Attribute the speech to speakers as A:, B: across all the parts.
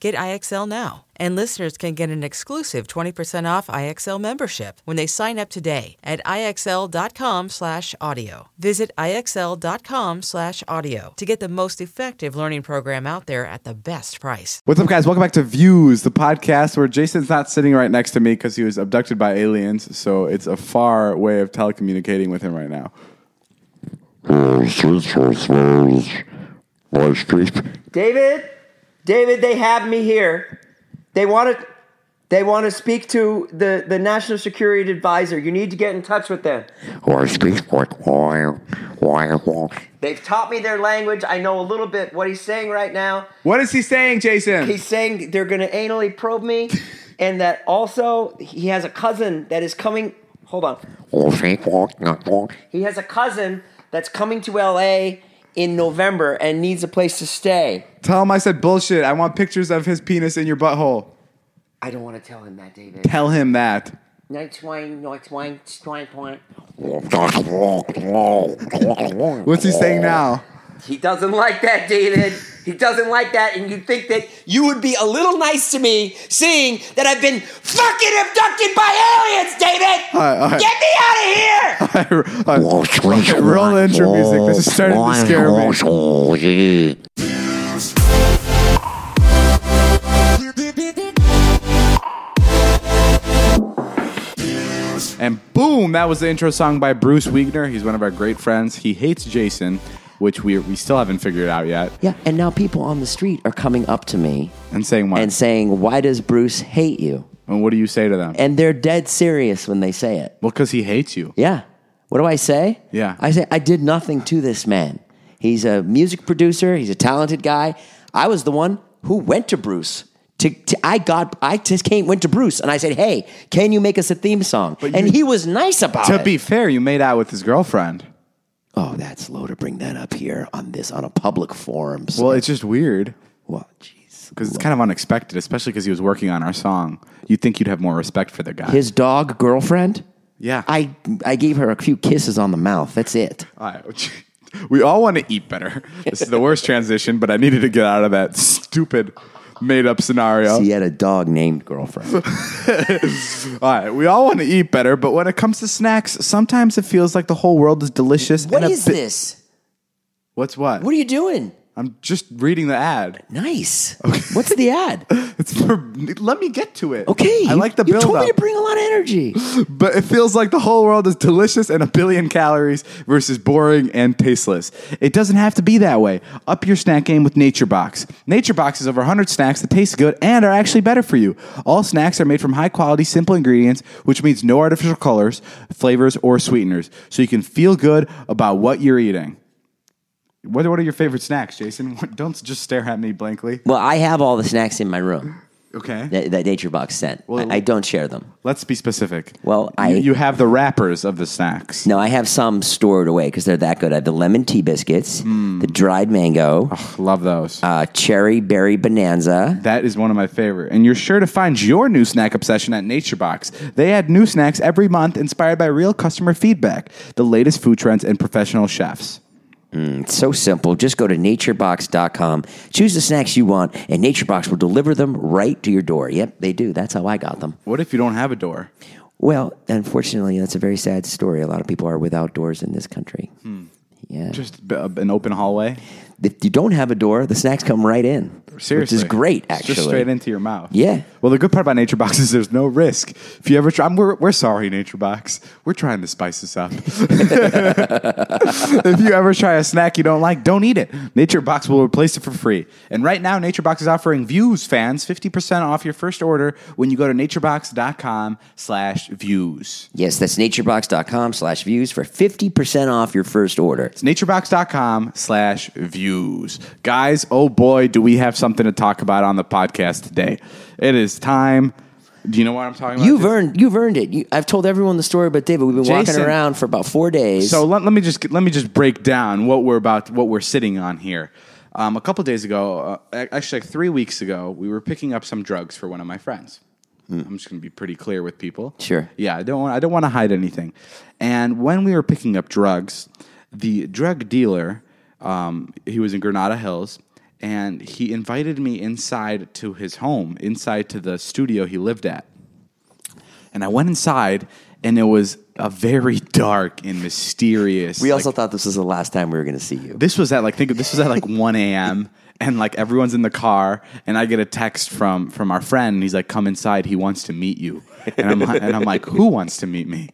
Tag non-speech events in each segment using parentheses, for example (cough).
A: Get IXL now. And listeners can get an exclusive 20% off IXL membership when they sign up today at IXL.com slash audio. Visit IXL.com slash audio to get the most effective learning program out there at the best price.
B: What's up, guys? Welcome back to Views, the podcast where Jason's not sitting right next to me because he was abducted by aliens. So it's a far way of telecommunicating with him right now.
C: David, David, they have me here. They want to, they want to speak to the the national security advisor. You need to get in touch with them. They've taught me their language. I know a little bit what he's saying right now.
B: What is he saying, Jason?
C: He's saying they're going to anally probe me, and that also he has a cousin that is coming. Hold on. He has a cousin that's coming to L.A. in November and needs a place to stay.
B: Tell him I said bullshit. I want pictures of his penis in your butthole.
C: I don't want to tell him that, David.
B: Tell him that.
C: Night twine, night twine, twine, twine.
B: What's he saying now? (laughs)
C: He doesn't like that, David. He doesn't like that, and you think that you would be a little nice to me, seeing that I've been fucking abducted by aliens, David.
B: right, all right.
C: Get me out of here!
B: Uh, roll intro music. This is starting to scare
D: me.
B: and boom, that was the intro song by Bruce Wiegner. He's one of our great friends. He hates Jason, which we, we still haven't figured out yet.
E: Yeah, and now people on the street are coming up to me
B: And saying what?
E: and saying, "Why does Bruce hate you?"
B: And what do you say to them?
E: And they're dead serious when they say it.
B: Well, because he hates you.
E: Yeah. What do I say?
B: Yeah.
E: I say I did nothing to this man. He's a music producer. He's a talented guy. I was the one who went to Bruce. To, to- I got I just came went to Bruce and I said, "Hey, can you make us a theme song?" and
B: you-
E: he was nice about
B: To
E: it.
B: be fair, you made out with his girlfriend.
E: oh, that's low to bring that up here on this on a public forum. So,
B: Well, it's just weird
E: well, jeez.
B: because it's kind of unexpected, especially because he was working on our song. You'd think you'd have more respect for the guy.
E: His dog girlfriend?
B: Yeah.
E: I I gave her a few kisses on the mouth. That's it.
B: All right. (laughs) We all want to eat better. (laughs) This is the worst transition, but I needed to get out of that stupid made up scenario.
E: He had a dog named
B: (laughs)
E: girlfriend.
B: All right. We all want to eat better, but when it comes to snacks, sometimes it feels like the whole world is delicious.
E: what
B: and a
E: is
B: bit-
E: this?
B: What's what?
E: What are you doing?
B: I'm just reading the ad.
E: Nice. What's the
B: (laughs)
E: ad?
B: It's for, let me get to it.
E: Okay.
B: I
E: you-
B: like the
E: You
B: build
E: told
B: up.
E: me to bring a lot of energy.
B: but it feels like the whole world is delicious and a billion calories versus boring and tasteless. It doesn't have to be that way. Up your snack game with Nature Box. Nature Box is over 100 snacks that taste good and are actually better for you. All snacks are made from high quality, simple ingredients, which means no artificial colors, flavors, or sweeteners, so you can feel good about what you're eating. What, what are your favorite snacks, Jason? (laughs) Don't just stare at me blankly.
E: Well, I have all the snacks in my room
B: Okay.
E: that, that Nature Box sent. I, I don't share them.
B: Let's be specific.
E: Well, I-
B: you, you have the wrappers of the snacks.
E: No, I have some stored away because they're that good. I have the lemon tea biscuits,
B: Hmm.
E: the dried mango,
B: Love those.
E: uh, cherry berry bonanza.
B: That is one of my favorite. And you're sure to find your new snack obsession at NatureBox. They add new snacks every month inspired by real customer feedback, the latest food trends, and professional chefs.
E: It's so simple. Just go to naturebox.com, choose the snacks you want, and Naturebox will deliver them right to your door. Yep, they do. That's how I got them.
B: What if you don't have a door?
E: Well, unfortunately, that's a very
B: Hmm.
E: sad story. A lot of people are without doors in this country. Yeah.
B: Just b- an uh, open hallway?
E: If you don't have a door, the snacks come right in.
B: Seriously.
E: Which is great,
B: It's
E: actually.
B: Just straight into your mouth.
E: Yeah.
B: Well, the good part about Nature Box (laughs) is there's no risk. If you ever try, I'm, we're, we're sorry, Nature Box. We're trying to spice this up. (laughs) if you ever try a snack you don't like, don't eat it. Nature Box will replace it for free. And right now, Nature Box is offering Views fans 50% off your first order when you go to naturebox.com slash views.
E: Yes, that's naturebox.com slash views for 50% off your first order.
B: It's naturebox.com slash views. Guys, oh boy, do we have something to talk about on the podcast today. It is time. Do you know what I'm talking about?
E: You've earned, you've earned it. You, I've told everyone the story, but David, we've been
B: Jason-
E: walking around for about four days.
B: So let, let me just let me just break down what we're about, what we're sitting on here. Um, a couple days ago, uh, ac- actually like three weeks ago, we were picking up some drugs for one of my friends. I'm just going to be pretty clear with people.
E: Hmm. Sure.
B: Yeah, I don't want, I don't want to hide anything. And when we were picking up drugs, the drug dealer, um, he was in Granada Hills, and he invited me inside to his home, inside to the studio he lived at. And I went inside, and it was a very dark and mysterious.
E: we
B: like-
E: also thought this was the last time we were going to see you.
B: this was at like think of- this was at like 1 a.m. and like everyone's in the car, and I get a text from from our friend, and he's like, "Come inside. He wants to meet you." And I'm li- and I'm like, "Who wants to meet me?"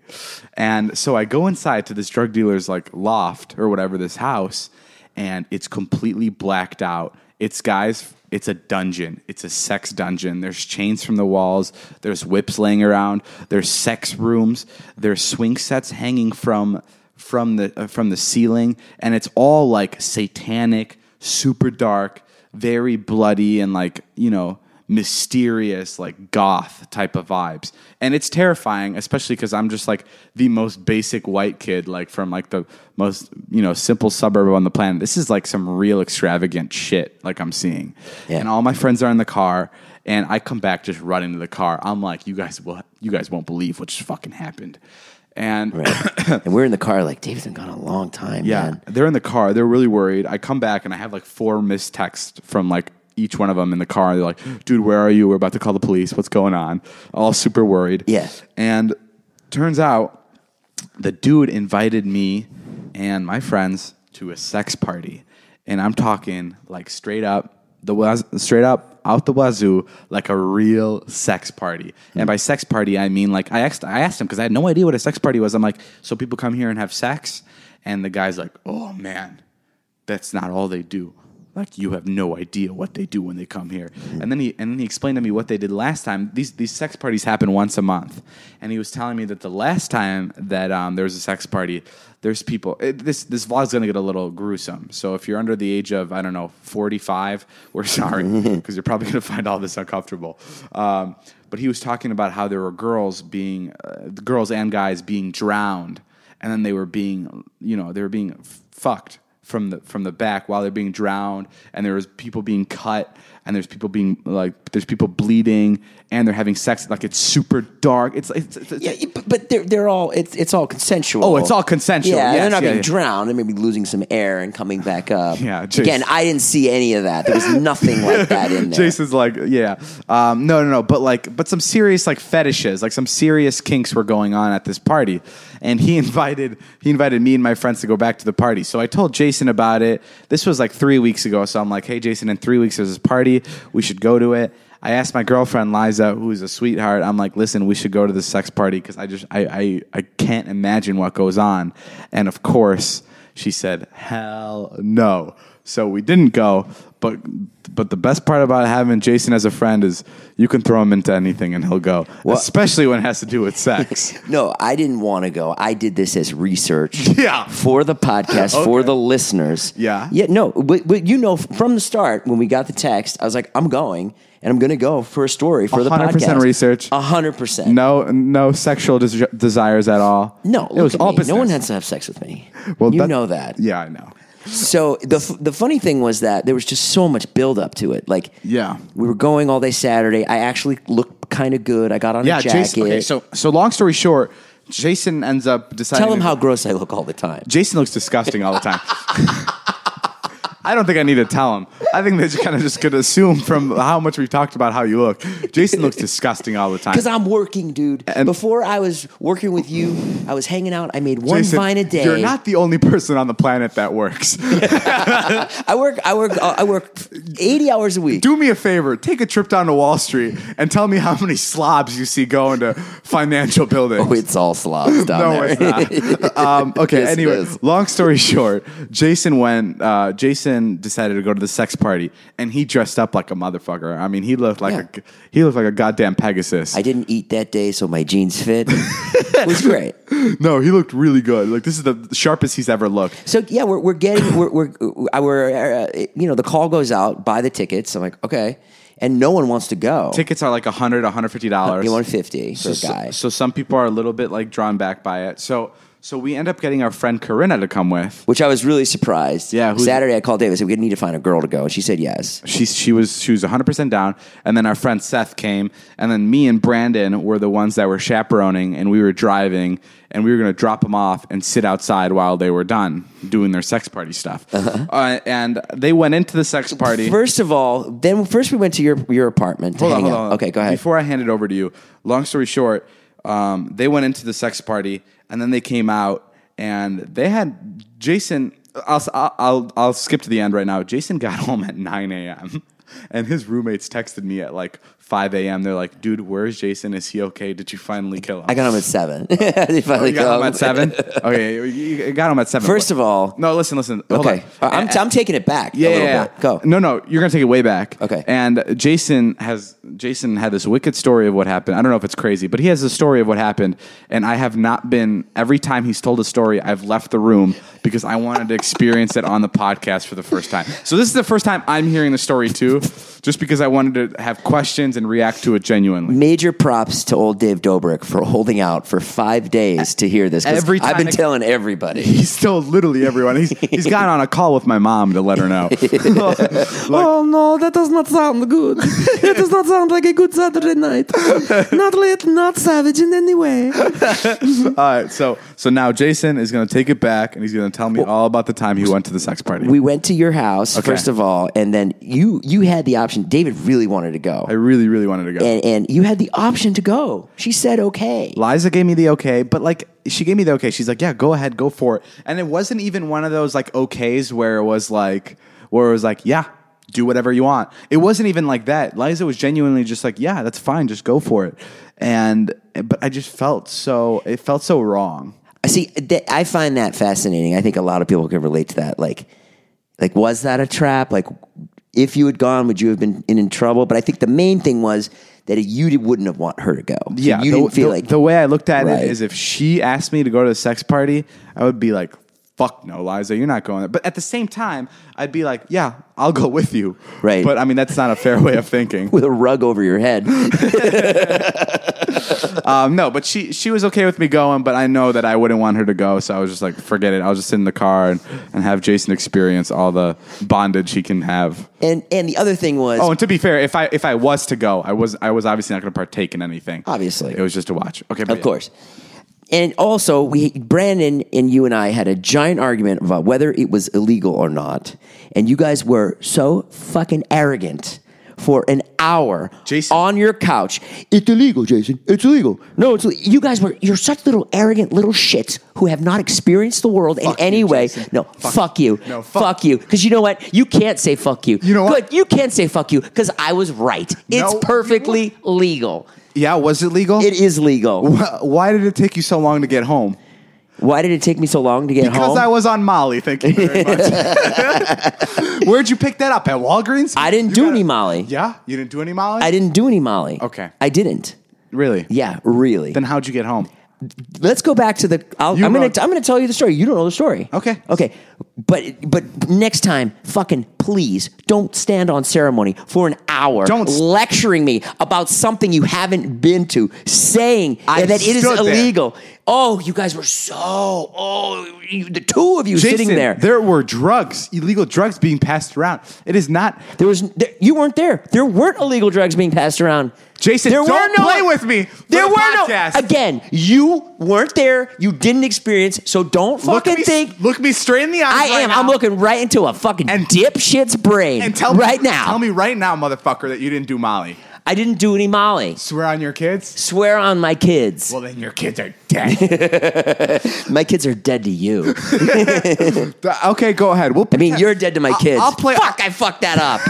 B: And so I go inside to this drug dealer's like loft or whatever this house, and it's completely blacked out. It's guys. It's a dungeon. It's a sex dungeon. There's chains from the walls. There's whips laying around. There's sex rooms. There's swing sets hanging from from the uh, from the ceiling, and it's all like satanic, super dark, very bloody, and like you know mysterious, like goth type of vibes. And it's terrifying, especially because I'm just like the most basic white kid, like from like the most you know simple suburb on the planet. This is like some real extravagant shit, like I'm seeing,
E: Yeah.
B: and all my friends are in the car. And I come back just running to the car. I'm like, you guys will, you guys won't believe what just fucking happened. And
E: and we're in the car like, David's been gone a long time,
B: yeah,
E: man.
B: they're in the car. They're really worried. I come back and I have like four missed texts from like each one of them in the car. They're like, "Dude, where are you? We're about to call the police. What's going on?" All super worried.
E: Yeah.
B: And turns out the dude invited me and my friends to a sex party, and I'm talking like straight up the waz- straight up out the wazoo like a real sex party. And by sex party, I mean like I asked I asked him because I had no idea what a sex party was. I'm like, so people come here and have sex, and the guy's like, oh man, that's not all they do. Like you have no idea what they do when they come here. And then he and then he explained to me what they did last time. These these sex parties happen once a month, and he was telling me that the last time that um, there was a sex party, there's people. It, this this vlog's gonna get a little gruesome. So if you're under the age of I don't know 45, (laughs) we're sorry because you're probably gonna find all this uncomfortable. Um, but he was talking about how there were girls being uh, girls and guys being drowned and then they were being you know they were being f- fucked from the from the back while they're being drowned and there was people being cut and there's people being like there's people bleeding and they're having sex like it's super dark it's it's, it's, it's
E: Yeah, you- but- but they're they're all it's it's all consensual.
B: Oh, it's all consensual.
E: Yeah,
B: Yes,
E: they're not
B: yeah,
E: being
B: yeah.
E: drowned. They may be losing some air and coming back up.
B: (laughs) Yeah, Jason-
E: again, I didn't see any of that. There was nothing like that in there.
B: Jason's like, yeah, um, no, no, no, but like, but some serious like fetishes, like some serious kinks were going on at this party, and he (laughs) invited he invited me and my friends to go back to the party. So I told Jason about it. This was like three weeks ago, so I'm like, hey, Jason, in three weeks there's this party, we should go to it. I asked my girlfriend Liza, who is a sweetheart. I'm like, listen, we should go to the sex party because I just I, I I can't imagine what goes on, and of course. She said, "Hell no." So we didn't go, but but the best part about having Jason as a friend is you can throw him into anything and he'll go, especially when it has to do with sex.
E: (laughs) No, I didn't want to go. I did this as research.
B: (laughs) Yeah.
E: For the podcast, for
B: Okay.
E: the listeners.
B: Yeah.
E: Yeah, no, but, but you know, from the start, when we got the text, I was like, I'm going and I'm going to go for a story for
B: Uh-huh.
E: the podcast. Uh,
B: 100% research.
E: 100%.
B: no, no sexual des- desires at all.
E: No,
B: it was
E: look at
B: all
E: me.
B: business.
E: No one has to have sex with me.
B: Well,
E: you know that.
B: Yeah, I know.
E: So the f- the funny thing was that there was just so much build up to it. Like,
B: Yeah.
E: we were going all day Saturday. I actually looked kind of good. I got on
B: Yeah,
E: a jacket.
B: Jason. Okay, so so long story short, Jason ends up deciding.
E: tell them
B: to-
E: how gross I look all the time.
B: Jason looks disgusting all the time. I don't think I need to tell them. I think they just kind of just could assume from how much we've talked about how you look. Jason looks disgusting all the time.
C: Because I'm working, dude.
B: And-
C: Before I was working with you, I was hanging out. I made one
B: Jason,
C: vine a day.
B: You're not the only person on the planet that
C: (laughs)
B: works.
C: I work. I work. uh, I work eighty hours a week.
B: Do me a favor, take a trip down to Wall Street and tell me how many slobs you see going to financial buildings.
C: Oh, it's all slobs down
B: no,
C: there.
B: it's
C: (laughs)
B: not. um, okay.
C: Yes, it
B: anyway,
C: is.
B: long story (laughs) short, Jason went. Uh, Jason decided to go to the sex party, and he dressed up like a motherfucker. I mean, he looked like
C: Yeah.
B: a he looked like a goddamn Pegasus.
C: I didn't eat that day, so my
B: (laughs)
C: jeans fit. it was great.
B: no, he looked really good. Like this is the sharpest he's ever looked.
C: So yeah, we're we're getting we're we're, uh, we're uh, you know the call goes out, buy the tickets. I'm like okay, and no one wants to go.
B: Tickets are like 100 $150. dollars.
C: You want fifty for
B: so,
C: a guy?
B: so some people are a little bit like drawn back by it. So so we end up getting our friend Corinna to come with.
C: which I was really surprised.
B: Yeah, who's-
C: Saturday I called David. I said we need to find a girl to go, and she said yes.
B: She she was she was 100% down and then our friend Seth came and then me and Brandon were the ones that were chaperoning and we were driving and we were going to drop them off and sit outside while they were done doing their sex party stuff. uh and they went into the sex party.
C: First of all, then first we went to your your apartment to
B: Hold on,
C: hang
B: hold
C: out.
B: on.
C: Okay, go ahead.
B: Before I hand it over to you, long story short, um, they went into the sex party and then they came out and they had Jason. I'll, I'll, I'll, I'll skip to the end right now. Jason got (laughs) home at 9 a.m. and his roommates texted me at like 5 a.m. They're like, dude, where's Jason? Is he okay? Did you finally kill him?
C: I got home at seven. (laughs) They finally
B: you got him
C: come.
B: at
C: (laughs)
B: 7? okay, you- you got him at 7.
C: um, First of all-
B: no, listen, listen. Hold
C: Okay,
B: on.
C: I'm, I'm taking it back.
B: Yeah,
C: a little
B: yeah, yeah.
C: bit. go.
B: No, no, you're gonna take it way back.
C: Okay.
B: And Jason has Jason had this wicked story of what happened. I don't know if it's crazy, but he has a story of what happened. And I have not been every time he's told a story, I've left the room because I wanted to experience it on the podcast for the first time. So this is the first time I'm hearing the story too, just because I wanted to have questions and react to it genuinely.
C: Major props to old Dave Dobrik for holding out for five days to hear this. 'cause
B: Every time
C: I've been
B: I-
C: telling everybody.
B: He's still literally everyone. He's he's got on a call with my mom to let her
C: (laughs)
B: know. Like,
C: Oh no, that does not sound good. It does not sound like a good Saturday night. (laughs) Not late, not savage in
B: (laughs)
C: any way.
B: All right, so so now Jason is going to take it back, and he's going to tell me all about the time he went to the sex party.
C: We went to your house
B: Okay.
C: first of all, and then you you had the option. David really wanted to go,
B: I really, really wanted to go.
C: and and you had the option to go. She said okay.
B: Liza gave me the okay, but like she gave me the okay. She's like, "Yeah, go ahead, go for it." And it wasn't even one of those like okays where it was like where it was like, "Yeah, do whatever you want." It wasn't even like that. Liza was genuinely just like, "Yeah, that's fine, just go for it." And but I just felt so it felt so wrong.
C: See, th- I find that fascinating. I think a lot of people can relate to that. Like, like was that a trap? Like, if you had gone, would you have been in, in trouble? But I think the main thing was that you wouldn't have want her to go. So
B: Yeah,
C: you
B: the,
C: didn't feel
B: the-
C: like
B: the way I looked at
C: Right.
B: it is if she asked me to go to the sex party, I would be like, "Fuck no, Liza, you're not going." There. But at the same time, I'd be like, "Yeah, I'll go with you."
C: Right.
B: But I mean, that's not a fair way of
C: (laughs)
B: thinking.
C: with a rug over
B: (gasps)
C: your head.
B: Um, no, but she she was okay with me going, but I know that I wouldn't want her to go, so I was just like, "Forget it." I'll just sit in the car and, and have Jason experience all the bondage he can have.
C: and and the other thing was,
B: Oh, and to be fair, if I if I was to go, I was I was obviously not going to partake in anything.
C: Obviously.
B: it was just to watch. Okay, but
C: of
B: yeah.
C: course. And also, we Brandon and you and I had a giant argument about whether it was illegal or not. And you guys were so fucking arrogant for an hour
B: Jason.
C: on your couch. It's illegal, Jason. It's illegal. No, it's illegal. you guys were you're such little arrogant little shits who have not experienced the world
B: Fuck
C: in
B: you,
C: any way.
B: Jason.
C: No,
B: Fuck
C: fuck,
B: you.
C: you.
B: No, fuck-
C: fuck. you. Because you know what? You can't say fuck you.
B: You know what?
C: Good. You can't say fuck you because I was right. It's
B: No, you
C: perfectly legal.
B: yeah, was it legal?
C: It is legal.
B: Why did it take you so long to get home?
C: Why did it take me so long to get
B: Because
C: home?
B: I was on Molly. Thank you very much. (laughs) Where'd you pick that up at Walgreens?
C: I didn't
B: You
C: do
B: got-
C: any Molly.
B: Yeah, you didn't do any Molly.
C: I didn't do any Molly.
B: Okay.
C: I didn't.
B: really.
C: Yeah, really.
B: Then how'd you get home?
C: Let's go back to the. I'll,
B: You
C: I'm
B: wrote-
C: gonna. I'm gonna tell you the story. You don't know the story.
B: Okay.
C: Okay. But but next time, fucking
E: please don't stand on ceremony for an hour
B: Don't s-
E: lecturing me about something you haven't been to, saying
B: I
E: that it is
B: stood there.
E: illegal. Oh, you guys were so, oh, you, the two of you sitting there.
B: were drugs, illegal drugs being passed around. It is not.
E: There was there, you weren't there. There weren't illegal drugs being passed around.
B: Jason,
E: there
B: don't play with me for
E: There
B: the
E: were
B: podcast.
E: no. Again, you weren't there. You didn't experience. So don't
B: Look
E: fucking
B: me,
E: think.
B: look me straight in the eyes.
E: I
B: right
E: am.
B: now
E: I'm looking right into a fucking
B: And-
E: dipshit's brain.
B: And tell
E: right
B: me,
E: now.
B: Tell me right now, motherfucker, that you didn't do Molly.
E: I didn't do any Molly.
B: Swear on your kids.
E: Swear on my kids.
B: Well, then your kids are
E: (laughs)
B: dead.
E: my kids are dead to you.
B: okay, go ahead. We'll.
E: I mean, you're dead to my kids.
B: I'll play-
E: Fuck, I fucked that up.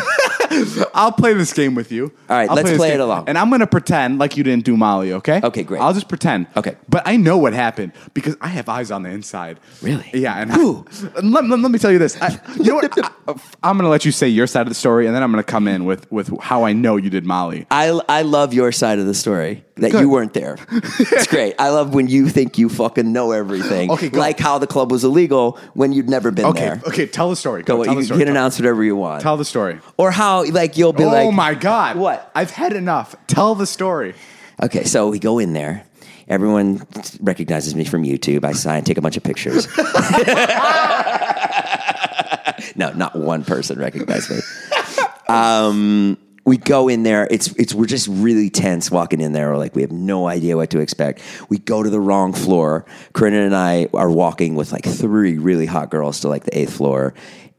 B: I'll play this game with you.
E: All right,
B: I'll
E: let's
B: this
E: play
B: game.
E: it along.
B: And I'm gonna pretend like you didn't do Molly. Okay.
E: Okay, great.
B: I'll just pretend.
E: Okay.
B: But I know what happened because I have eyes on the inside.
E: Really?
B: Yeah. And
E: Who?
B: and (laughs) let, let, let me tell you this. I, you know what? (laughs) I, I'm gonna let you say your side of the story, and then I'm gonna come in with with how I know you did Molly.
E: I, I love your side of the story that
B: Good.
E: you weren't there. It's great. I love when you think you fucking know everything.
B: Okay, go.
E: like how the club was illegal when you'd never been
B: Okay.
E: there.
B: Okay. Tell the story.
E: Go,
B: tell
E: you
B: the story.
E: can announce whatever you want.
B: Tell the story.
E: or how like you'll be
B: oh
E: like,
B: my god!
E: What?
B: I've had enough. Tell the story.
E: Okay, so we go in there. Everyone recognizes me from YouTube. I sign, take a bunch of pictures. no, not one person recognized me. Um, we go in there. It's it's we're just really tense walking in there. We're like we have no idea what to expect. We go to the wrong floor. Corinna and I are walking with like three really hot girls to like the eighth floor.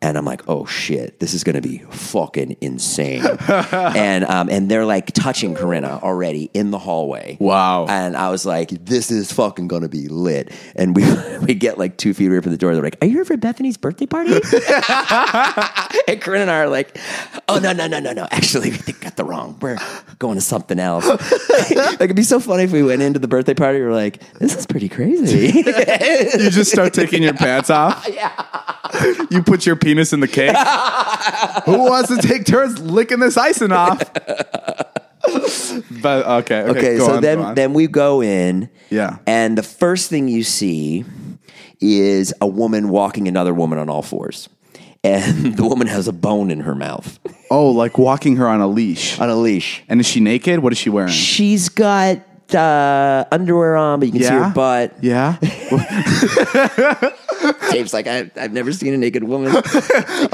E: And I'm like, oh shit, this is gonna be fucking insane. and um, and they're like touching Corinna already in the hallway.
B: Wow.
E: And I was like, this is fucking gonna be lit. And we (laughs) we get like two feet away from the door. They're like, are you here for Bethany's birthday party? and Corinne and I are like, oh, no, no, no, no, no. Actually, we think got the wrong. We're going to something else. (laughs) like, it'd be so funny if we went into the birthday party. We're like, this is
B: (laughs)
E: pretty crazy.
B: You just start taking your pants
E: (laughs)
B: off. Yeah. You put your penis in the cake. Who wants to take turns licking this icing off? But okay, okay.
E: okay,
B: go
E: so
B: on,
E: then,
B: go on.
E: then we go in.
B: Yeah.
E: And the first thing you see is a woman walking another woman on all fours. And (laughs) the woman has a bone in her mouth
B: oh, like walking her on a leash.
E: on a leash.
B: And is she naked? What is she wearing?
E: She's got uh, underwear on, but you can see her butt. (laughs)
B: Yeah.
E: Dave's like, I, I've never seen a naked woman. it's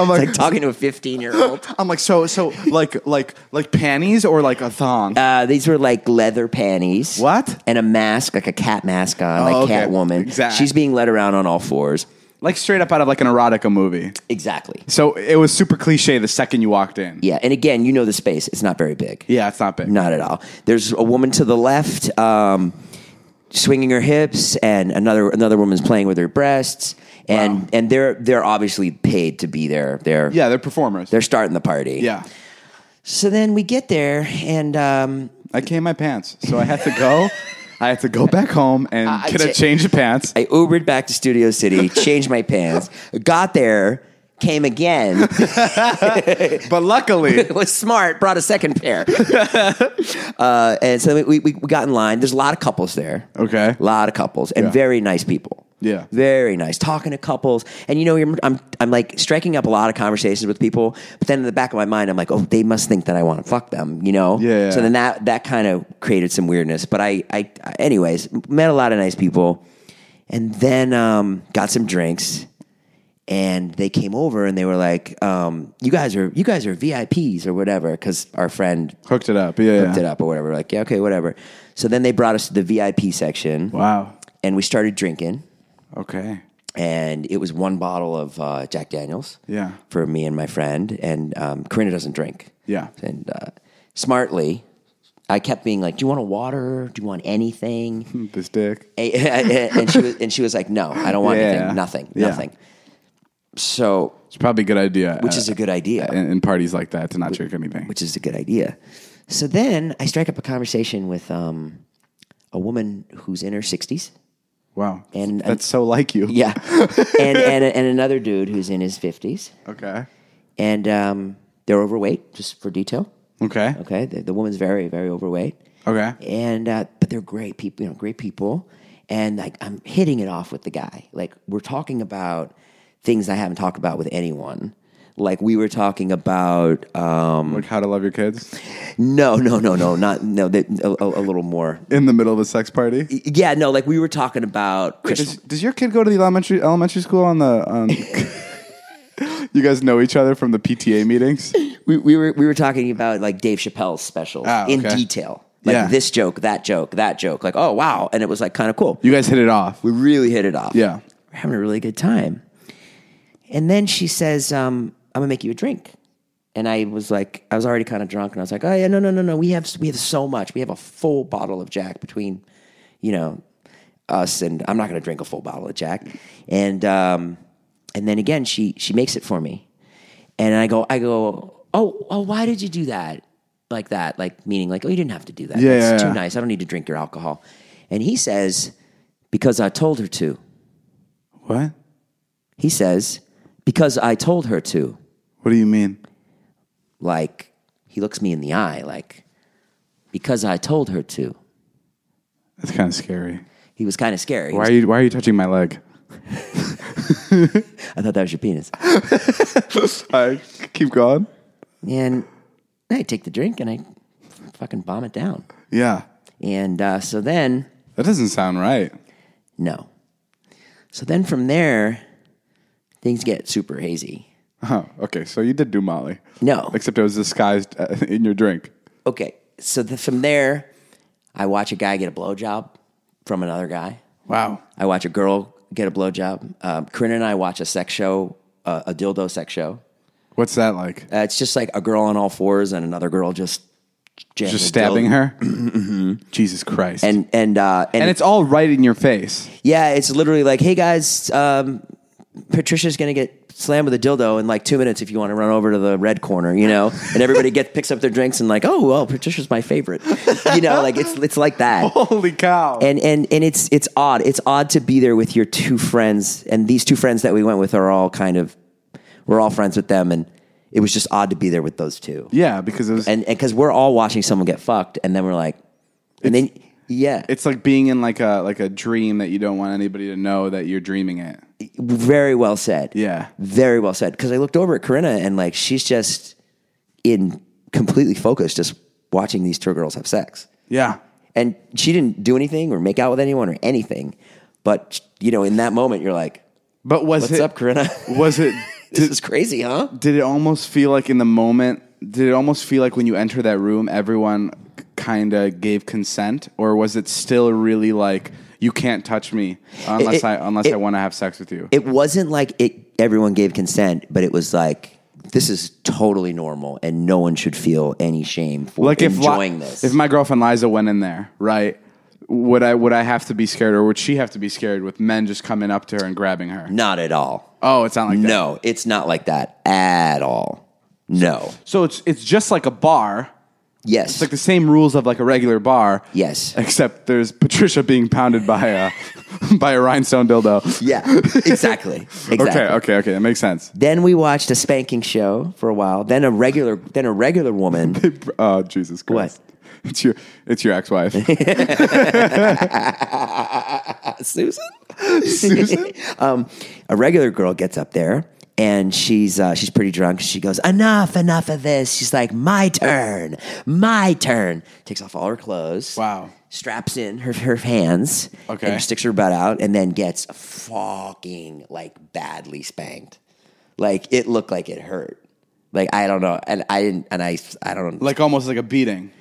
B: (laughs) I'm like,
E: like talking to a 15 year old.
B: I'm like, so, so, like, like, like panties or like a thong.
E: Uh, these were like leather panties.
B: What?
E: And a mask, like a cat mask on, like
B: Oh, okay.
E: Catwoman.
B: Exact-
E: She's being led around on all fours.
B: like straight up out of like an erotica movie.
E: Exactly.
B: So it was super cliche the second you walked in.
E: Yeah. And again, you know the space. It's not very big.
B: Yeah, it's not big.
E: Not at all. There's a woman to the left, um, swinging her hips, and another another woman's playing with her breasts, and and they're they're obviously paid to be there. They're
B: Yeah, they're performers.
E: they're starting the party.
B: yeah.
E: So then we get there, and um,
B: I came in my pants, so I had to go. I had to go back home and
E: I-
B: get a
E: I-
B: change of pants.
E: I Ubered back to
B: (laughs)
E: Studio City, changed my pants, got there,
B: (laughs)
E: came again, (laughs)
B: But luckily,
E: was smart, brought a second pair. (laughs) uh, and so we, we, we got in line. There's a lot of couples there.
B: Okay.
E: A lot of couples and
B: Yeah.
E: very nice people.
B: Yeah.
E: Very nice. Talking to couples. And you know, you're- I'm, I'm like striking up a lot of conversations with people, but then in the back of my mind, I'm like, oh, they must think that I want to fuck them, you know?
B: Yeah.
E: So then that, that kind of created some weirdness. But I, I, I- anyways, met a lot of nice people and then um, got some drinks and they came over and they were like, um, "You guys are you guys are VIPs or whatever," because our friend
B: hooked it up. Yeah,
E: hooked
B: yeah.
E: it up or whatever. Like, yeah, okay, whatever. So then they brought us to the VIP section,
B: Wow.
E: and we started drinking,
B: Okay.
E: and it was one bottle of uh, Jack Daniels,
B: Yeah.
E: for me and my friend, and um, Corinna doesn't drink,
B: Yeah.
E: and uh, smartly. I kept being like, "Do you want a water? Do you want anything?"
B: (laughs) This dick.
E: and she was, and she was like, "No, I don't want
B: Yeah.
E: anything. Nothing.
B: Yeah.
E: Nothing." So
B: It's probably a good idea. uh,
E: which is a good idea.
B: in, in parties like that to not drink anything.
E: which is a good idea. So then I strike up a conversation with um, a woman who's in her sixties.
B: Wow.
E: And-
B: that's so like you.
E: Yeah, (laughs) and,
B: (laughs)
E: and and another dude who's in his fifties,
B: Okay.
E: and um, they're overweight. Just for detail,
B: Okay.
E: okay. The, the woman's very very overweight,
B: Okay.
E: and uh, but they're great people. You know, great people. And like I'm hitting it off with the guy. Like we're talking about things I haven't talked about with anyone. Like we were talking about. Um,
B: Like how to love your kids
E: no, no, no, no, not no. That, a, a- a little more.
B: in the middle of a sex party.
E: Yeah, no. Like we were talking about. Christ-
B: Does, does your kid go to the elementary elementary school on (laughs) the? Um, you guys know each other from the PTA meetings.
E: we, we were we were talking about like Dave Chappelle's special
B: Ah,
E: in
B: okay.
E: detail. Like
B: Yeah.
E: this joke, that joke, that joke. Like oh wow, and it was like kind of cool.
B: You guys hit it off.
E: We really hit it off.
B: Yeah.
E: We're having a really good time. And then she says, um, I'm gonna make you a drink. And I was like, I was already kind of drunk, and I was like, oh yeah, no, no, no, no. We have we have so much. We have a full bottle of Jack between, you know, us and I'm not gonna drink a full bottle of Jack. And um, and then again, she she makes it for me. And I go, I go, oh, oh, why did you do that? Like that, like meaning like, oh, you didn't have to do that.
B: Yeah,
E: That's
B: yeah,
E: too
B: yeah.
E: nice. I don't need to drink your alcohol. And he says, because I told her to.
B: What?
E: He says, because I told her to.
B: What do you mean?
E: Like, he looks me in the eye, like, because I told her to.
B: That's kind of scary.
E: He was kind of scary. He
B: Why
E: was-
B: are you Why are you touching my leg?
E: I thought that was your penis.
B: I keep going.
E: And I take the drink and I fucking bomb it down.
B: Yeah,
E: And uh, so then,
B: that doesn't sound right.
E: no. So then from there, things get super hazy.
B: Oh, okay. So you did do Molly.
E: No.
B: Except it was disguised uh, (laughs) in your drink.
E: Okay. So the, from there, I watch a guy get a blowjob from another guy.
B: Wow.
E: I watch a girl get a blowjob. Um, Corinne and I watch a sex show, uh, a dildo sex show.
B: What's that like?
E: Uh, it's just like a girl on all fours and another girl just jamming
B: Just
E: a
B: stabbing
E: dildo.
B: her? Jesus Christ. And,
E: And and uh, and,
B: it's all right in your face.
E: yeah, it's literally like, hey guys, um, Patricia's gonna get slammed with a dildo in like two minutes if you want to run over to the red corner, you know. And everybody gets picks up their drinks and like, oh well, Patricia's my favorite, you know. Like it's it's
B: (laughs)
E: like that.
B: Holy cow.
E: and and and it's it's odd. It's odd to be there with your two friends, and these two friends that we went with are all kind of we're all friends with them, and it was just odd to be there with those two,
B: yeah, because it was,
E: and because we're all watching someone get fucked, and then we're like, and then yeah,
B: it's like being in like a like a dream that you don't want anybody to know that you're dreaming it.
E: very well said,
B: Yeah.
E: very well said. Because I looked over at Corinna, and like she's just in completely focused, just watching these two girls have sex.
B: Yeah.
E: and she didn't do anything or make out with anyone or anything. But you know, in that moment, you're like,
B: But was
E: "What's
B: it (laughs)
E: up, Corinna?
B: was it
E: this is crazy, huh?"
B: did it almost feel like in the moment did it almost feel like when you enter that room everyone kind of gave consent or was it still really like you can't touch me unless
E: It-
B: i unless i
E: it-
B: want to have sex with you
E: It wasn't like it. Everyone gave consent, but it was like this is totally normal, and no one should feel any shame for
B: like if li-
E: enjoying this.
B: if my girlfriend liza went in there right would i would i have to be scared or would she have to be scared with men just coming up to her and grabbing her
E: Not at all.
B: oh it's not like that
E: No, it's not like that at all. No.
B: so it's it's just like a bar
E: Yes.
B: it's like the same rules of like a regular bar (laughs)
E: yes.
B: except there's patricia being pounded by a (laughs) by a rhinestone dildo
E: Yeah. Exactly. Exactly.
B: (laughs) Okay, okay, okay. That makes
E: (laughs)
B: sense.
E: Then we watched a spanking show for a while. Then a regular. Then a regular woman.
B: Oh, Jesus Christ. It's your it's your
E: (laughs)
B: ex-wife.
E: Susan.
B: (laughs)
E: Susan. (laughs) um, a regular girl gets up there and she's uh, she's pretty drunk. She goes, "Enough, enough of this." She's like, "My turn, my turn." Takes off all her clothes.
B: Wow.
E: Straps in her her hands.
B: Okay.
E: And sticks her butt out and then gets fucking like badly spanked. Like it looked like it hurt. Like I don't know, and I didn't, and I I don't know,
B: like almost like a beating.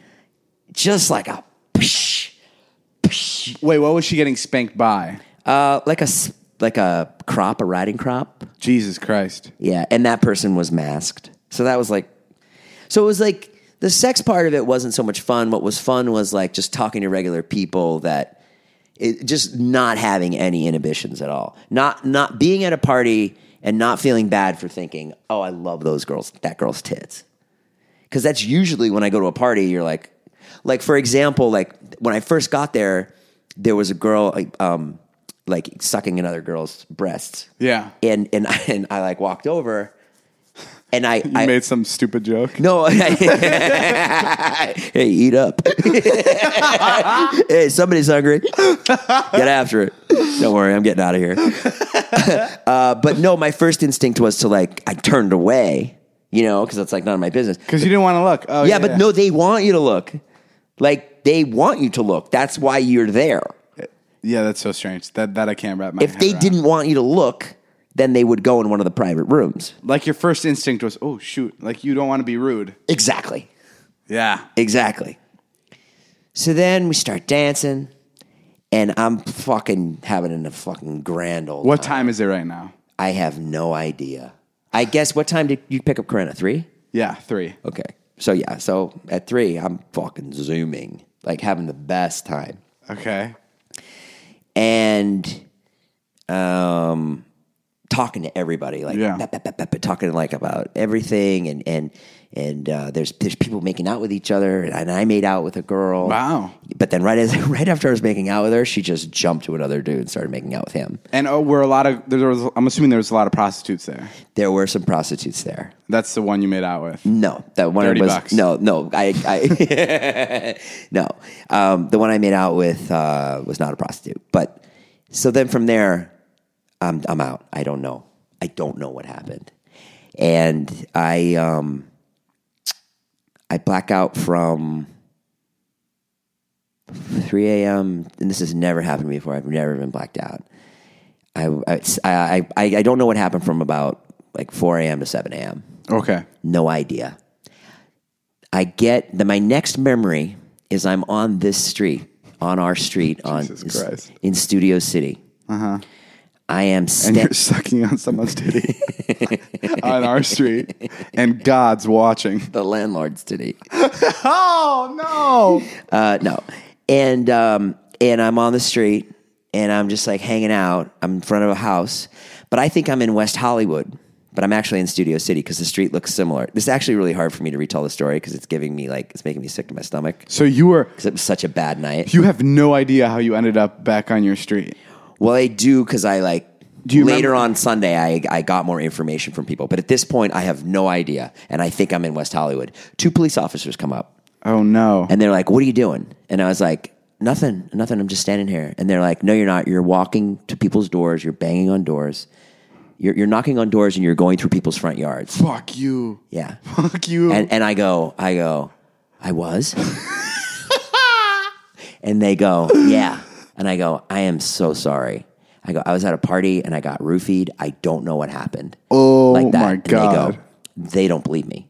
E: just like a. Psh, psh,
B: Wait, what was she getting spanked by?
E: Uh, like a s- like a crop, a riding crop.
B: Jesus Christ.
E: Yeah, and that person was masked. So that was like, so it was like the sex part of it wasn't so much fun. What was fun was like just talking to regular people that it, just not having any inhibitions at all. Not not being at a party and not feeling bad for thinking, oh, I love those girls, that girl's tits. Because that's usually when I go to a party, you're like, like for example, like when I first got there, there was a girl like, um, like sucking another girl's breasts
B: Yeah.
E: and and I, and I like walked over and I,
B: You
E: I
B: made some stupid joke.
E: (laughs) no, hey, eat up. hey, somebody's hungry. Get after it. Don't worry, I'm getting out of here. (laughs) uh, but no, my first instinct was to like, I turned away, you know, because it's like none of my business.
B: Because you didn't want to look. Oh,
E: yeah, but no, they want you to look. Like they want you to look. That's why you're there.
B: Yeah, that's so strange. That that I can't wrap my.
E: If
B: head
E: they
B: around.
E: didn't want you to look, then they would go in one of the private rooms.
B: like your first instinct was, oh shoot, like you don't want to be rude.
E: Exactly.
B: Yeah,
E: Exactly. So then we start dancing, and I'm fucking having a fucking grand old.
B: What time is it right now?
E: I have no idea. I guess what time did you pick up Corinna? Three.
B: Yeah, three.
E: Okay. So yeah. So at three, I'm fucking zooming, like having the best time,
B: Okay.
E: and um, talking to everybody, like
B: Yeah.
E: bep, bep, bep, bep, bep, talking like about everything, and and and uh, there's there's people making out with each other, and I made out with a girl.
B: Wow.
E: But then right as (laughs) right after I was making out with her, she just jumped to another dude and started making out with him.
B: And oh, were a lot of there was. I'm assuming there was a lot of prostitutes there.
E: There were some prostitutes there.
B: That's the one you made out with.
E: No, that one
B: 30
E: was
B: bucks.
E: no, no. I, I (laughs) no. Um, the one I made out with uh, was not a prostitute. But so then from there, I'm I'm out. I don't know. I don't know what happened, and I um I black out from 3 a.m. and this has never happened before. I've never been blacked out. I I I, I, I don't know what happened from about like 4 a.m. to 7 a.m.
B: Okay.
E: No idea. I get that my next memory is I'm on this street, on our street, on
B: Jesus Christ. Uh-huh.
E: in Studio City. Uh huh. I am
B: And
E: sta-
B: you're sucking on someone's
E: (laughs)
B: titty on our street, and God's watching.
E: the landlord's today.
B: Oh no!
E: (laughs) Uh, no, and um, and I'm on the street, and I'm just like hanging out. I'm in front of a house, but I think I'm in West Hollywood. But I'm actually in Studio City because the street looks similar. This is actually really hard for me to retell the story because it's giving me like it's making me sick to my stomach
B: So you were.
E: because it was such a bad night.
B: You have no idea how you ended up back on your street.
E: Well, I do because I like.
B: you
E: later
B: remember-
E: on Sunday, I, I got more information from people, but at this point, I have no idea, and I think I'm in West Hollywood. Two police officers come up,
B: Oh no!
E: and they're like, "What are you doing?" And I was like, "Nothing, nothing. I'm just standing here." And they're like, "No, you're not. You're walking to people's doors. You're banging on doors. You're, you're knocking on doors, and you're going through people's front yards."
B: Fuck you!
E: Yeah.
B: Fuck you!
E: And and I go, I go, I was. and they go, yeah. And I go, I am so sorry. I go, I was at a party and I got roofied. I don't know what happened.
B: Oh,
E: like that.
B: my
E: and
B: God.
E: They go, they don't believe me.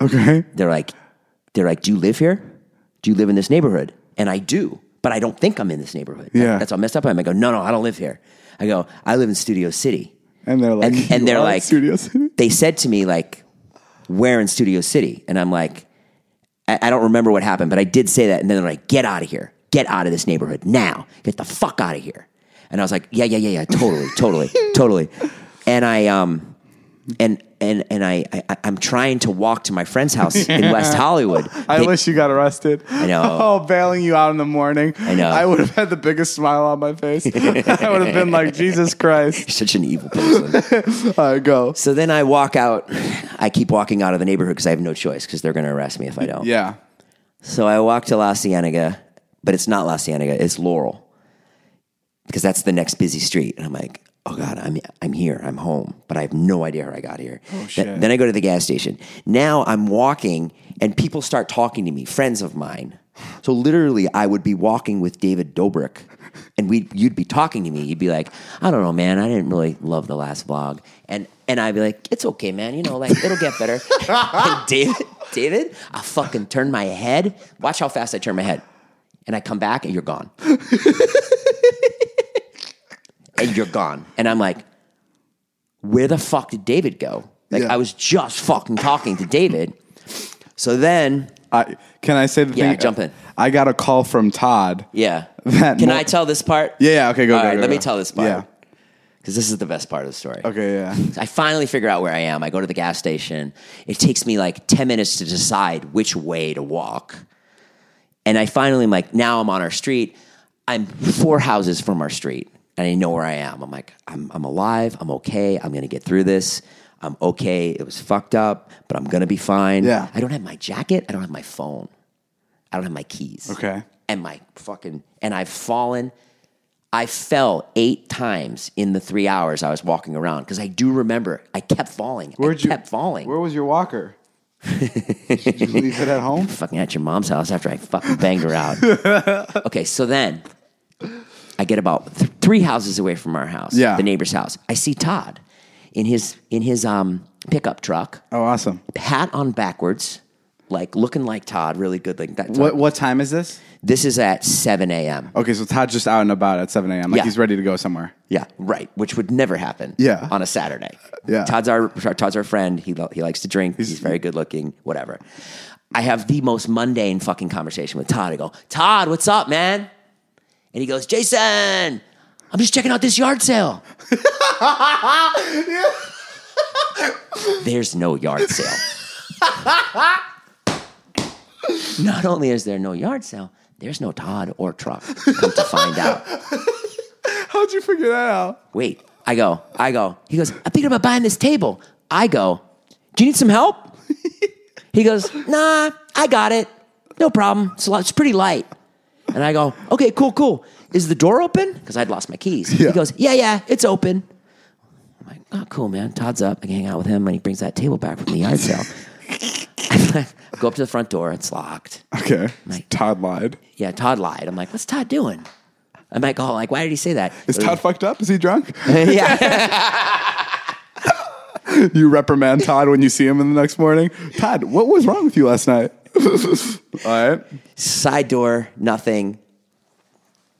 B: okay.
E: They're like, they're like, do you live here? Do you live in this neighborhood? And I do, but I don't think I'm in this neighborhood.
B: Yeah.
E: That's all messed up. I am. I go, no, no, I don't live here. I go, I live in Studio City.
B: And they're like,
E: And- and
B: "You
E: they're
B: are in
E: like-
B: Studio City?
E: they said to me like where in studio city and i'm like I, I don't remember what happened but i did say that and then they're like get out of here get out of this neighborhood now get the fuck out of here and i was like yeah yeah yeah
B: (laughs)
E: yeah totally totally totally and i um and and and I, I i'm trying to walk to my friend's house
B: (laughs)
E: in west hollywood
B: I
E: They-
B: wish you got arrested. I
E: know.
B: (laughs) Oh, bailing you out in the morning. I
E: know.
B: I would have had the biggest smile on my
E: (laughs)
B: face. I would have been like, Jesus Christ.
E: you're such an evil person
B: I go.
E: so then i walk out i keep walking out of the neighborhood because i have no choice because they're going to arrest me if i don't
B: Yeah.
E: So I walk to La Cienega, but it's not La Cienega, it's Laurel. Because that's the next busy street. And I'm like, oh God, I'm, I'm here, I'm home, but I have no idea how I got here. Oh,
B: shit.
E: Then, I go to the gas station. Now I'm walking and people start talking to me, friends of mine. So literally, I would be walking with David Dobrik and we you'd be talking to me. You'd be like, I don't know, man, I didn't really love the last vlog. And, and I'd be like, it's okay, man. You know, like, it'll get better. And David, David, I fucking turn my head. Watch how fast I turn my head. And I come back and you're gone. and you're gone. And I'm like, where the fuck did David go? Like,
B: Yeah.
E: I was just fucking talking to David. So then,
B: I, can I say the
E: Yeah,
B: thing?
E: jump in.
B: I got a call from Todd.
E: yeah.
B: That
E: Can
B: mo-
E: I tell this part?
B: Yeah, yeah, okay, go,
E: All
B: go,
E: right,
B: go,
E: let
B: go.
E: me tell this part.
B: Yeah.
E: Because this is the best part of the story.
B: Okay, yeah.
E: I finally figure out where I am. I go to the gas station. It takes me like 10 minutes to decide which way to walk. And I finally am like, now I'm on our street. I'm four houses from our street and I know where I am. I'm like, I'm, I'm alive. I'm okay. I'm going to get through this. I'm okay. It was fucked up, but I'm gonna be fine.
B: Yeah.
E: I don't have my jacket. I don't have my phone. I don't have my keys.
B: Okay.
E: And my fucking and I've fallen. I fell eight times in the three hours I was walking around because I do remember I kept falling. I kept falling.
B: Where was your
E: (laughs)
B: walker? Did you leave it at home?
E: fucking at your mom's house after I fucking banged
B: (laughs)
E: her out. okay, so then I get about th- three houses away from our house,
B: Yeah.
E: the neighbor's house. I see Todd in his in his um pickup truck,
B: Oh, awesome.
E: hat on backwards, like looking like Todd, really good like that.
B: What what time is this?
E: This is at seven a.m.
B: Okay, so Todd's just out and about at 7 a.m. Like
E: Yeah.
B: he's ready to go somewhere.
E: Yeah, right. Which would never happen.
B: Yeah.
E: on a Saturday.
B: Yeah.
E: Todd's our Todd's our friend. He lo- he likes to drink. He's, very good looking. Whatever. I have the most mundane fucking conversation with Todd. I go, Todd, what's up, man? And he goes, Jason, I'm just checking out this
B: (laughs)
E: yard sale. There's no
B: (laughs)
E: yard sale. Not only is there no yard sale, there's no Todd or truck. Come to find out.
B: How'd you figure that out?
E: wait. I go, I go. He goes, I'm thinking about buying this table. I go, do you need some help? he goes, nah, I got it. No problem. It's, a lot, it's pretty light. And I go, okay, cool, cool. Is the door open? Because I'd lost my keys.
B: Yeah.
E: He goes, yeah, yeah, it's open. I'm like, oh, cool, man. Todd's up. I can hang out with him, and he brings that table back from the yard sale. (laughs) go up to the front door. It's locked.
B: Okay.
E: Mate.
B: Todd lied.
E: Yeah, Todd lied. I'm like, what's Todd doing? I'm like, oh, like, why did he say that?
B: Is Todd (laughs) fucked up? Is he drunk?
E: (laughs) yeah.
B: you reprimand Todd when you see him in the next morning. Todd, what was wrong with you last night? (laughs) All right.
E: side door, nothing.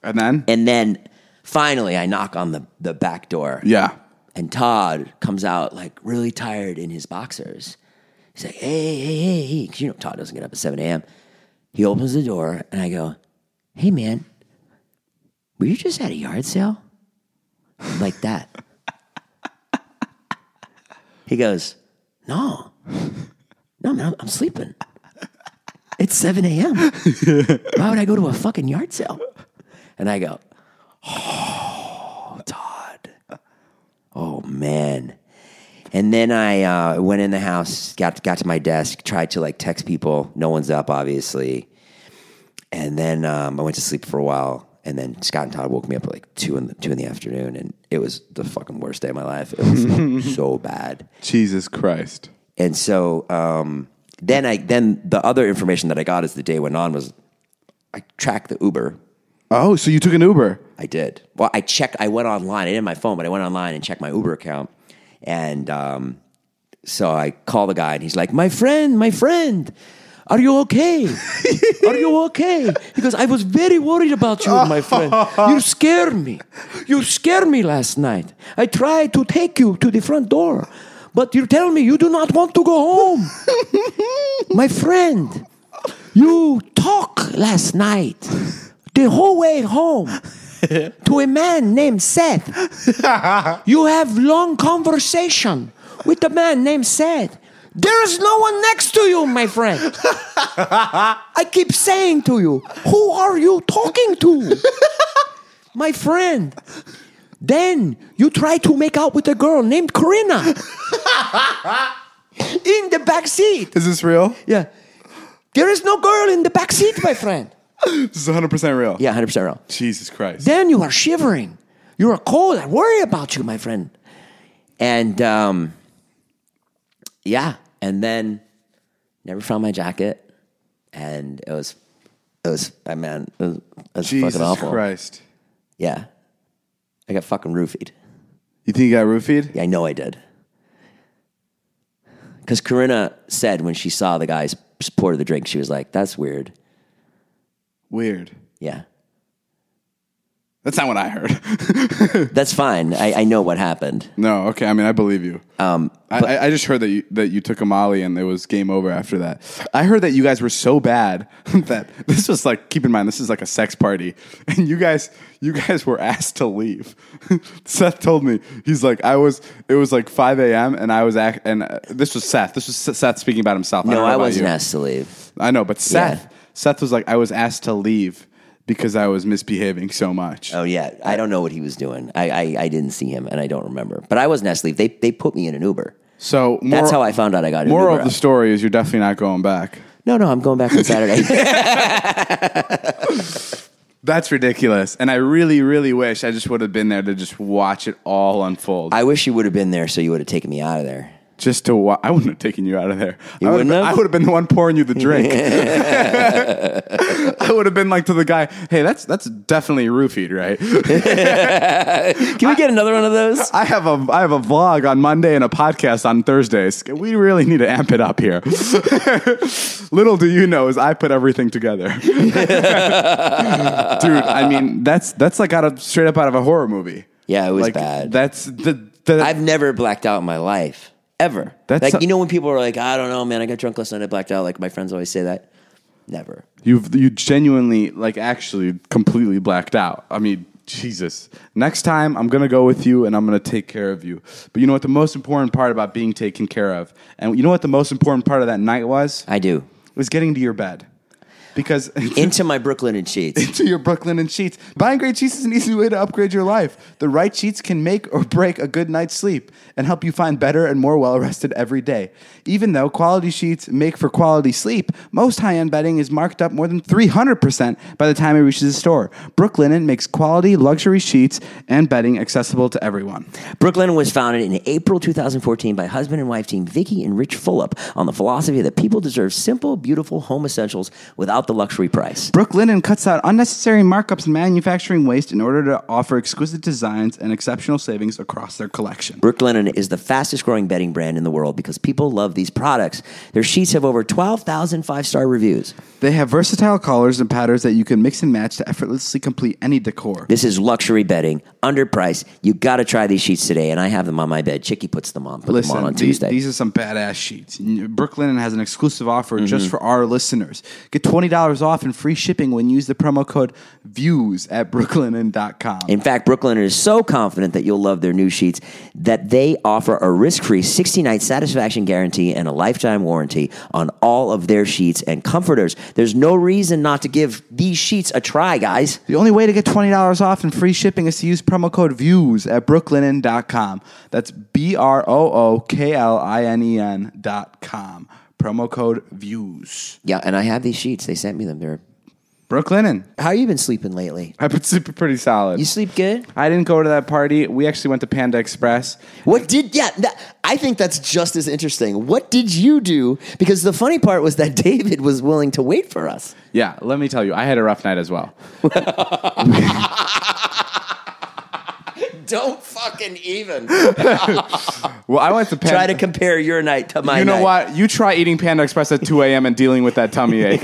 B: And then?
E: And then finally I knock on the, the back door.
B: yeah.
E: And Todd comes out like really tired in his boxers. He's like, hey, hey, hey, hey. 'Cause you know Todd doesn't get up at 7 a.m. He opens the door and I go, hey, man, were you just at a yard sale? Like that. he goes, no. No, man, I'm- I'm sleeping. It's 7 a.m. Why would I go to a fucking yard sale? And I go, oh, Todd. Oh man. And then I uh, went in the house, got got to my desk, tried to like text people. No one's up, obviously. And then um, I went to sleep for a while. And then Scott and Todd woke me up at like two in the, two in the afternoon, and it was the fucking worst day of my life. It was like, so bad.
B: Jesus Christ.
E: And so um, then I then the other information that I got as the day went on was I tracked the Uber.
B: Oh, so you took an Uber.
E: I did. Well, I checked. I went online. I didn't have my phone, but I went online and checked my Uber account. And um, so I call the guy, and he's like, "My friend, my friend." Are you okay? Are you okay? Because I was very worried about you, my friend. You scared me. You scared me last night. I tried to take you to the front door, but you tell me you do not want to go home. my friend, you talk last night the whole way home to a man named Seth. you have long conversation with a man named Seth. There is no one next to you, my friend. I keep saying to you, who are you talking to? my friend. Then you try to make out with a girl named Corinna in the back seat.
B: Is this real?
E: Yeah. There is no girl in the back seat, my friend.
B: This is 100% real.
E: Yeah, 100% wrong.
B: Jesus Christ.
E: Then you are shivering. You are cold. I worry about you, my friend. And um, yeah, and then never found my jacket, and it was, it was, I mean, it was, it was
B: Jesus
E: fucking awful.
B: Christ.
E: Yeah, I got fucking roofied.
B: You think you got roofied?
E: Yeah, I know I did. Because Corinna said when she saw the guys pour the drink, she was like, "That's weird."
B: Weird.
E: Yeah,
B: That's not what I heard. (laughs)
E: that's fine. I, I know what happened.
B: no, okay. I mean, I believe you. Um, I, I, I just heard that you, that you took a molly and it was game over after that. I heard that you guys were so bad (laughs) that this was like, keep in mind, this is like a sex party. (laughs) And you guys, you guys were asked to leave. (laughs) Seth told me, he's like, I was, it was like 5 a.m. and I was, ac- and uh, this was Seth. This was Seth speaking about himself. don't
E: No,
B: know
E: I
B: about
E: wasn't
B: you.
E: asked to leave.
B: I know, but Seth,
E: Yeah.
B: Seth was like, I was asked to leave because I was misbehaving so much.
E: Oh yeah, I don't know what he was doing. I, I I didn't see him, and I don't remember. But I wasn't asked to leave. They they put me in an Uber.
B: So more,
E: That's how I found out I got into
B: Moral
E: Uber
B: of the
E: app.
B: story is you're definitely not going back.
E: No, no, I'm going back
B: (laughs)
E: on Saturday.
B: That's ridiculous. And I really, really wish I just would have been there to just watch it all unfold.
E: I wish you would have been there so you would have taken me out of there.
B: just to wa- I wouldn't have taken you out of there. I would
E: wouldn't
B: been,
E: have?
B: I would have been the one pouring you the
E: (laughs)
B: drink. (laughs) I would have been like to the guy, "Hey, that's that's definitely roofied, right?"
E: Can we get another one of those?
B: I have a I have a vlog on Monday and a podcast on Thursdays. We really need to amp it up here. (laughs) Little do you know is I put everything together. (laughs) Dude, I mean, that's that's like out of straight up out of a horror movie.
E: Yeah, it was
B: like,
E: bad.
B: That's the, the
E: I've never blacked out in my life ever.
B: That's
E: like
B: a-
E: you know when people are like, I don't know, man, I got drunk last night, I blacked out. Like my friends always say that. Never.
B: You've you genuinely like actually completely blacked out. I mean, Jesus. Next time I'm gonna go with you and I'm gonna take care of you. But you know what the most important part about being taken care of, and you know what the most important part of that night was?
E: I do.
B: was getting to your bed. Because (laughs)
E: Into my Brooklyn and sheets.
B: to your Brooklyn and sheets. Buying great sheets is an easy way to upgrade your life. The right sheets can make or break a good night's sleep and help you find better and more well rested every day. Even though quality sheets make for quality sleep, most high end bedding is marked up more than 300% by the time it reaches the store. Brooklinen makes quality luxury sheets and bedding accessible to everyone.
E: Brooklyn was founded in April 2014 by husband and wife team Vicky and Rich Fullup on the philosophy that people deserve simple, beautiful home essentials without the luxury price.
B: Brooklinen cuts out unnecessary markups and manufacturing waste in order to offer exquisite designs and exceptional savings across their collection.
E: Brooklinen is the fastest growing bedding brand in the world because people love these products. Their sheets have over 12,000 five star reviews.
B: They have versatile colors and patterns that you can mix and match to effortlessly complete any decor.
E: This is luxury bedding, underpriced. You got to try these sheets today, and I have them on my bed. Chicky puts them on. Put them on on
B: these,
E: Tuesday.
B: these are some badass sheets. Brooklinen has an exclusive offer
E: Mm-hmm.
B: just for our listeners. Get $20 off and free shipping when you use the promo code VIEWS at brooklinen.com.
E: in fact, Brooklyn is so confident that you'll love their new sheets that they offer a risk-free 60-night satisfaction guarantee and a lifetime warranty on all of their sheets and comforters. There's no reason not to give these sheets a try, guys.
B: The only way to get $20 off and free shipping is to use promo code VIEWS at brooklinen.com. That's B R O O K L I N E N.com. Promo code VIEWS.
E: Yeah, and I have these sheets. They sent me them. They're
B: Brooklinen.
E: How you been sleeping lately?
B: I've been super pretty solid.
E: You sleep good?
B: I didn't go to that party. We actually went to Panda Express.
E: What did yeah? That, I think that's just as interesting. What did you do? Because the funny part was that (laughs) David was willing to wait for us.
B: Yeah, let me tell you, I had a rough night as well.
E: Don't fucking even
B: Well, I went to Panda.
E: (laughs) try to compare your night to my.
B: you know
E: night.
B: what? You try eating Panda Express at 2 a.m. and dealing with that tummy
E: (laughs)
B: ache.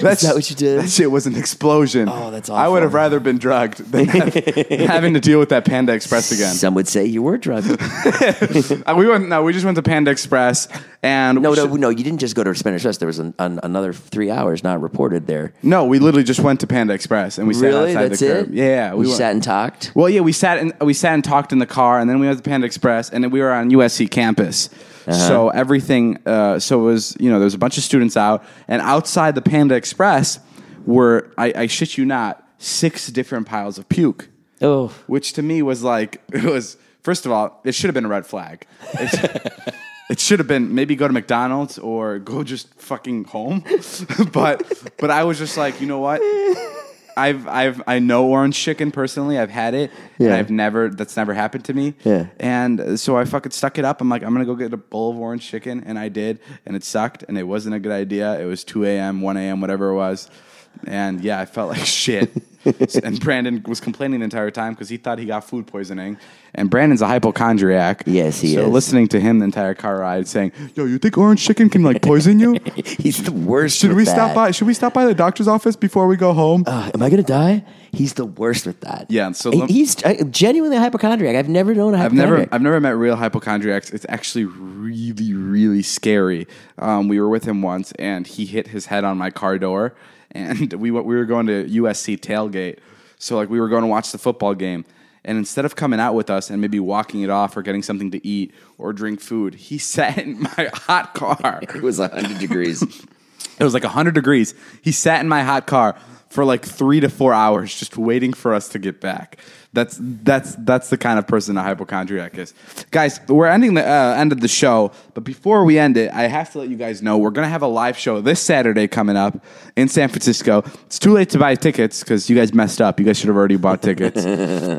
B: That's
E: that what you did?
B: That shit was an explosion.
E: Oh, that's
B: I would
E: awful.
B: have rather been drugged
E: (laughs)
B: than have- having to deal with that Panda Express again.
E: Some would say you
B: (laughs)
E: were drugged.
B: Uh, we went. No, we just went to Panda Express, and
E: No,
B: we
E: no,
B: should-
E: no. You didn't just go to Spanish Fest. There was an, an, another three hours not reported there.
B: no, we literally just went to Panda Express, and we sat
E: Really?
B: outside
E: That's
B: the
E: it?
B: curb. Yeah,
E: we
B: went-
E: sat and talked.
B: Well, yeah, we sat and we sat and talked in the car, and then we went to Panda Express, and then we were on USC campus. So everything, uh, so it was you know there was a bunch of students out, and outside the Panda Express were I, I shit you not six different piles of puke,
E: Oh,
B: which to me was like (laughs) it was first of all it should have been a red flag. It, (laughs) it should have been maybe go to McDonald's or go just fucking home, (laughs) but but I was just like you know what I've I've I know orange chicken personally. I've had it. And
E: Yeah.
B: I've never that's never happened to me.
E: Yeah.
B: And uh, so I fucking stuck it up. I'm like, I'm gonna go get a bowl of orange chicken, and I did, and it sucked, and it wasn't a good idea. It was 2 a.m., 1 a.m., whatever it was, and yeah, I felt like (laughs)
E: (laughs)
B: shit. and Brandon was complaining the entire time because he thought he got food poisoning. And Brandon's a hypochondriac.
E: Yes, he
B: so
E: is.
B: listening to him the entire car ride saying, "Yo, you think orange chicken can like poison
E: (laughs)
B: you?
E: he's the worst.
B: Should
E: with
B: we
E: that.
B: stop by? Should we stop by the doctor's office before we go home?"
E: Uh, am I going to die? He's the worst with that.
B: Yeah, so
E: He-
B: lem-
E: he's uh, genuinely a hypochondriac. I've never known a
B: I've never
E: hypochondriac.
B: I've never met real hypochondriacs. It's actually really really scary. Um, we were with him once, and he hit his head on my car door, and (laughs) we went- we were going to USC tailgate, so like we were going to watch the football game. And instead of coming out with us and maybe walking it off or getting something to eat or drink food, he (laughs) sat in my hot car.
E: (laughs) It was 100 degrees.
B: It was like 100 degrees. He sat in my hot car for like three to four hours just waiting for us to get back. That's that's that's the kind of person a hypochondriac is. Guys, we're ending the uh, end of the show, but before we end it, I have to let you guys know we're gonna have a live show this Saturday coming up in San Francisco. It's too late to buy tickets because you guys messed up. You guys should have already bought tickets.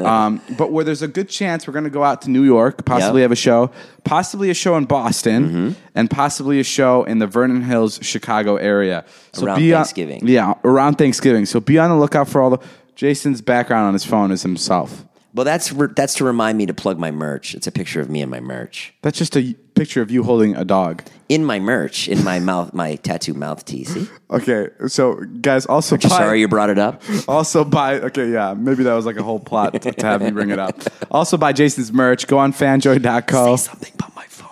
B: um, but where there's a good chance we're gonna go out to New York, possibly
E: Yep.
B: have a show, possibly a show in Boston,
E: Mm-hmm.
B: and possibly a show in the Vernon Hills, Chicago area. So
E: Around
B: be on-
E: Thanksgiving.
B: yeah, around Thanksgiving. So be on the lookout for all the. Jason's background on his phone is himself.
E: Well, that's re- that's to remind me to plug my merch. It's a picture of me and my merch.
B: That's just a picture of you holding a dog.
E: In my merch, in my mouth, my tattoo mouth tease. See?
B: Okay, so guys, also buy,
E: Sorry you brought it up.
B: also buy. Okay, yeah, maybe that was like a whole plot to, to have me bring it
E: (laughs)
B: up. Also buy Jason's merch. Go on fanjoy.co.
E: Say something about my phone.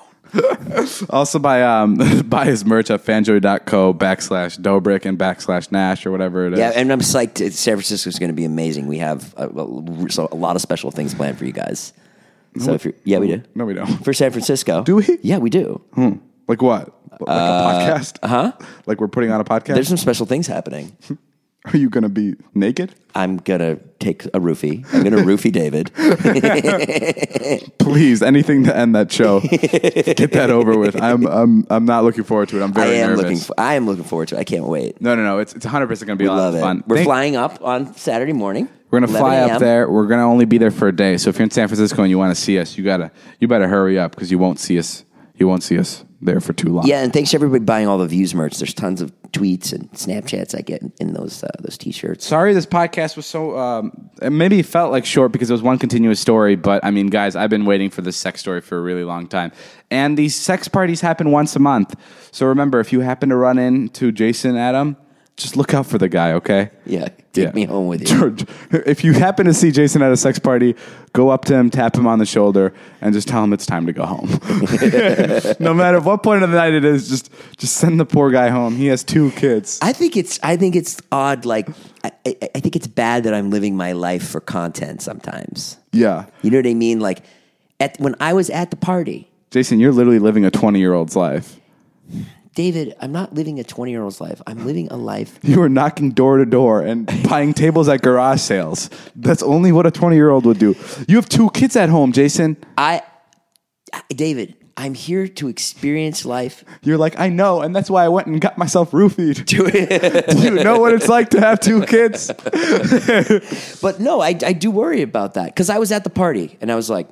B: Also buy um (laughs) buy his merch at fanjoy.co backslash Dobrik and backslash Nash or whatever it is.
E: Yeah, and I'm psyched. It's- San Francisco is going to be amazing. We have a, a- so a lot of special things planned for you guys. So if you're, yeah, we do.
B: no, we don't. (laughs)
E: For San Francisco.
B: Do we?
E: Yeah, we do.
B: Like what? Like a podcast? Huh? Like we're putting on a podcast?
E: Uh, uh-huh. There's some special things happening.
B: Are you gonna be naked?
E: I'm going to take a roofie. I'm going to
B: (laughs)
E: roofie David.
B: Please, anything to end that
E: (laughs)
B: show. Get that over with. I'm I'm I'm not looking forward to it. I'm
E: I
B: very
E: am
B: nervous.
E: looking. For, I am looking forward to. it. I can't wait.
B: No, no, no. It's it's 100 percent gonna be a lot
E: Love
B: of
E: it.
B: fun.
E: We're
B: Thank-
E: flying up on Saturday morning.
B: We're gonna fly
E: 11
B: up
E: a.m..
B: there. We're gonna only be there for a day. So if you're in San Francisco and you want to see us, you gotta you better hurry up because you won't see us. You won't see us there for too long.
E: Yeah, and thanks to everybody buying all the views merch. There's tons of tweets and Snapchats I get in those uh, those t-shirts.
B: Sorry, this podcast was so. Um, it maybe felt like short because it was one continuous story. But I mean, guys, I've been waiting for this sex story for a really long time. And these sex parties happen once a month. So remember, if you happen to run into Jason Adam, just look out for the guy. Okay.
E: Yeah, take
B: Yeah.
E: me home with you.
B: George, if you happen to see Jason at a sex party, go up to him, tap him on the shoulder, and just tell him it's time to go home. (laughs) no matter what point of the night it is, just just send the poor guy home. He has two kids.
E: I think it's I think it's odd. Like I, I, I think it's bad that I'm living my life for content sometimes.
B: Yeah,
E: You know what I mean? Like at when I was at the party,
B: Jason, you're literally living a 20 year old's life.
E: David, I'm not living a 20 year old's life. I'm living a life.
B: You were knocking door to door and buying tables at garage sales. That's only what a 20 year old would do. You have two kids at home, Jason.
E: I, I- David, I'm here to experience
B: (laughs)
E: life.
B: You're like, I know, and that's why I went and got myself roofied. (laughs) Do you know what it's like to have two kids? (laughs)
E: But no, I, I do worry about that because I was at the party and I was like,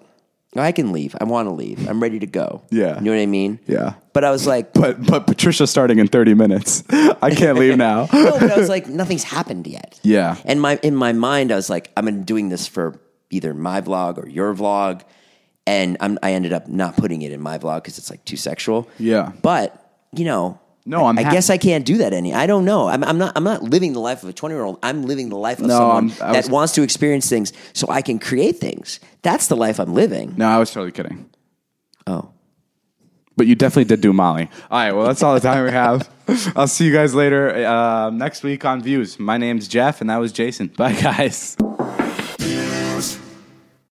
E: I can leave. I want to leave. I'm ready to go.
B: Yeah.
E: You know what I mean?
B: Yeah.
E: But I was like,
B: But but Patricia's starting in 30 minutes. (laughs) I can't leave now. (laughs)
E: no, but I was like, nothing's happened yet.
B: Yeah.
E: And my in my mind, I was like, I've been doing this for either my vlog or your vlog, and I'm, I ended up not putting it in my vlog because it's like too sexual.
B: Yeah.
E: But you know,
B: No,
E: I-
B: I'm
E: I
B: hap-
E: guess I can't do that any. I don't know. I'm, I'm not. I'm not living the life of a 20 year old. I'm living the life of
B: No,
E: someone
B: I'm- I
E: that
B: was-
E: wants to experience things, so I can create things. That's the life I'm living.
B: No, I was totally kidding.
E: Oh.
B: But you definitely did do Molly. All right, well, that's all the time we have. (laughs) I'll see you guys later uh, next week on Views. My name's Jeff, and that was Jason. Bye, guys.